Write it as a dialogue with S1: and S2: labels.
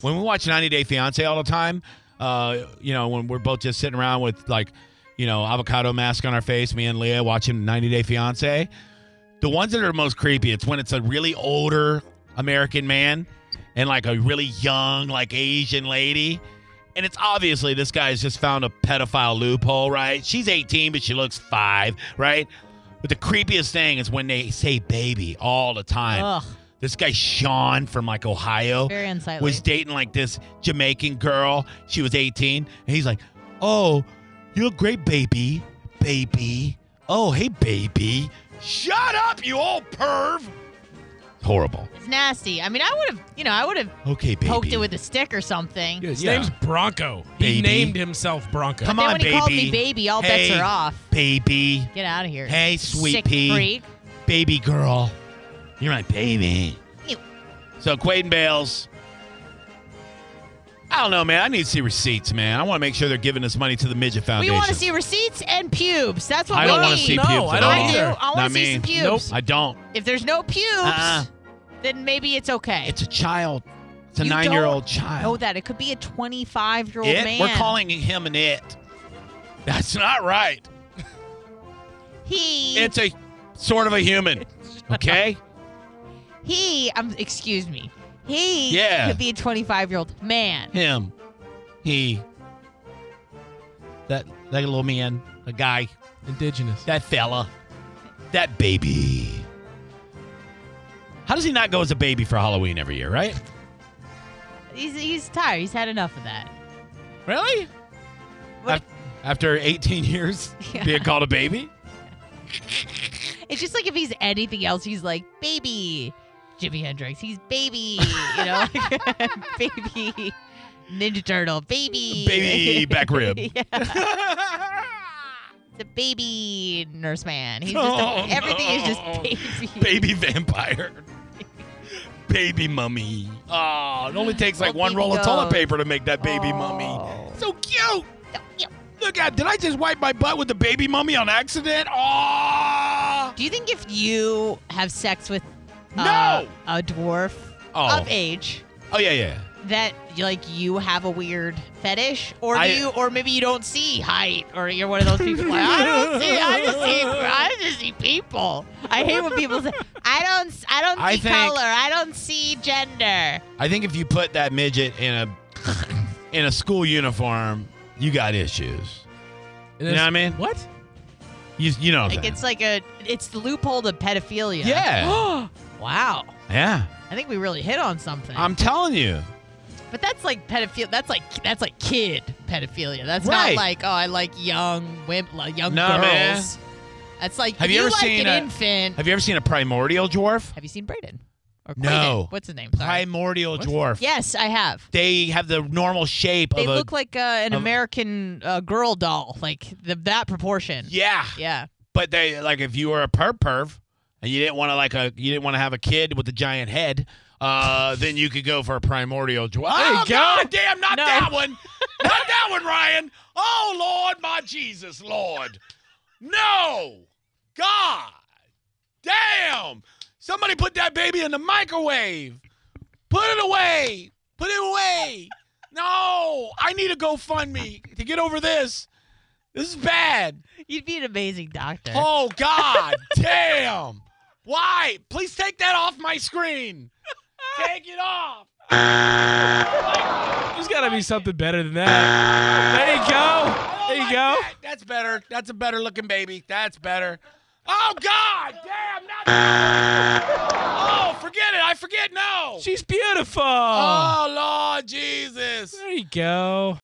S1: When we watch 90 Day Fiance all the time, uh, you know, when we're both just sitting around with like, you know, avocado mask on our face, me and Leah watching 90 Day Fiance, the ones that are most creepy, it's when it's a really older American man and like a really young, like Asian lady. And it's obviously this guy's just found a pedophile loophole, right? She's 18, but she looks five, right? But the creepiest thing is when they say baby all the time.
S2: Ugh,
S1: This guy, Sean from like Ohio,
S2: very unsightly.
S1: was dating like this Jamaican girl. She was 18. And he's like, Oh, you're a great baby. Baby. Oh, hey, baby. Shut up, you old perv. Horrible.
S2: it's nasty. I mean, I would have, you know, I would have
S1: Okay, baby.
S2: poked it with a stick or something.
S3: Yeah, his
S1: Yeah.
S3: name's Bronco.
S1: Baby.
S3: He named himself Bronco.
S1: Come
S2: then
S1: on,
S2: when he
S1: baby.
S2: called me baby, all bets
S1: Hey,
S2: are off.
S1: Baby.
S2: Get out of here.
S1: Hey, sweet
S2: Sick
S1: pea.
S2: freak.
S1: Baby girl. You're my baby.
S2: Ew.
S1: So, Quaden Bales. I don't know, man. I need to see receipts, man. I want to make sure they're giving this money to the Midget
S2: We
S1: Foundation.
S2: want to see receipts and pubes. That's what
S1: I
S2: we
S1: don't
S2: want
S1: wanna
S2: to
S1: see
S3: No,
S1: pubes
S3: I
S1: at
S3: don't
S1: all.
S2: I do. I
S1: Not
S2: want to see
S1: me.
S2: some pubes.
S1: I don't.
S2: If there's no pubes,
S1: Uh-uh.
S2: then maybe it's okay.
S1: It's a child. It's a
S2: You don't
S1: nine-year-old
S2: know
S1: child.
S2: that it could be a 25 year old
S1: it.
S2: man.
S1: We're calling him an it. That's not right.
S2: he.
S1: It's a sort of a human. Okay.
S2: he. Um, excuse me. He
S1: Yeah.
S2: could be a 25 year old man.
S1: him, he, that that little man, the guy,
S3: Indigenous.
S1: that fella, that baby. How does he not go as a baby for Halloween every year? Right?
S2: He's, he's tired. He's had enough of that.
S1: Really?
S2: What-
S1: After 18 years
S2: Yeah.
S1: being called a baby?
S2: It's just like if he's anything else, he's like baby Jimi Hendrix. He's baby, you know, like, baby Ninja Turtle, baby,
S1: Baby back rib.
S2: yeah, it's a baby nurse man. He's just
S1: Oh,
S2: everything is
S1: no.
S2: just baby.
S1: baby vampire. baby mummy. Oh, it only takes like
S2: Oh,
S1: one
S2: baby
S1: roll of toilet
S2: goat.
S1: paper to make that baby
S2: Oh.
S1: mummy. So cute.
S2: So cute.
S1: Look at did I just wipe my butt with the baby mummy on accident? Oh,
S2: Do you think if you have sex with uh,
S1: No.
S2: a dwarf
S1: Oh.
S2: of age?
S1: oh yeah, yeah.
S2: That like you have a weird fetish, or do
S1: I-
S2: you, or maybe you don't see height, or you're one of those people. Like, I don't see. I just see. I just see people. I hate when people say, "I don't. s- I don't see
S1: I think-
S2: color. I don't see gender."
S1: I think if you put that midget in a in a school uniform, you got issues.
S3: You
S1: know what I mean?
S3: What?
S1: You you know. what I'm
S2: Like
S1: saying.
S2: it's like a. It's the loophole to pedophilia.
S1: yeah.
S2: Wow.
S1: yeah.
S2: I think we really hit on something.
S1: I'm telling you.
S2: but that's like pedophilia. That's like that's like kid pedophilia. That's
S1: Right.
S2: not like oh I like young women, like young
S1: No,
S2: girls.
S1: man.
S2: That's like
S1: Have
S2: if
S1: you ever
S2: like
S1: seen
S2: an
S1: a-
S2: infant.
S1: Have you ever seen a primordial dwarf?
S2: Have you seen Braden? Or
S1: No.
S2: Craven? What's his name? Sorry.
S1: Primordial dwarf.
S2: yes, I have.
S1: They have the normal shape
S2: They
S1: of a
S2: look like uh, an
S1: of-
S2: American uh, girl doll, like the, that proportion.
S1: Yeah.
S2: Yeah.
S1: But they like if you were a perv perv and you didn't want to like a you didn't want to have a kid with a giant head, uh, then you could go for a primordial dwarf. Oh
S3: go.
S1: god damn, not
S2: No.
S1: that one. not that one, Ryan. Oh Lord, my Jesus, Lord. No. God. Damn. Somebody put that baby in the microwave. Put it away. Put it away. No. I need a GoFundMe to get over this. This is bad.
S2: You'd be an amazing doctor.
S1: Oh God, damn! Why? Please take that off my screen. Take it off.
S3: There's got to be something better than that.
S1: I
S3: There
S1: don't
S3: you go. There you
S1: like
S3: go.
S1: that. Oh, That's better. That's a better looking baby. That's better. Oh God, damn! Not that. Oh, forget it. I forget. No.
S3: She's beautiful.
S1: Oh Lord Jesus.
S3: There you go.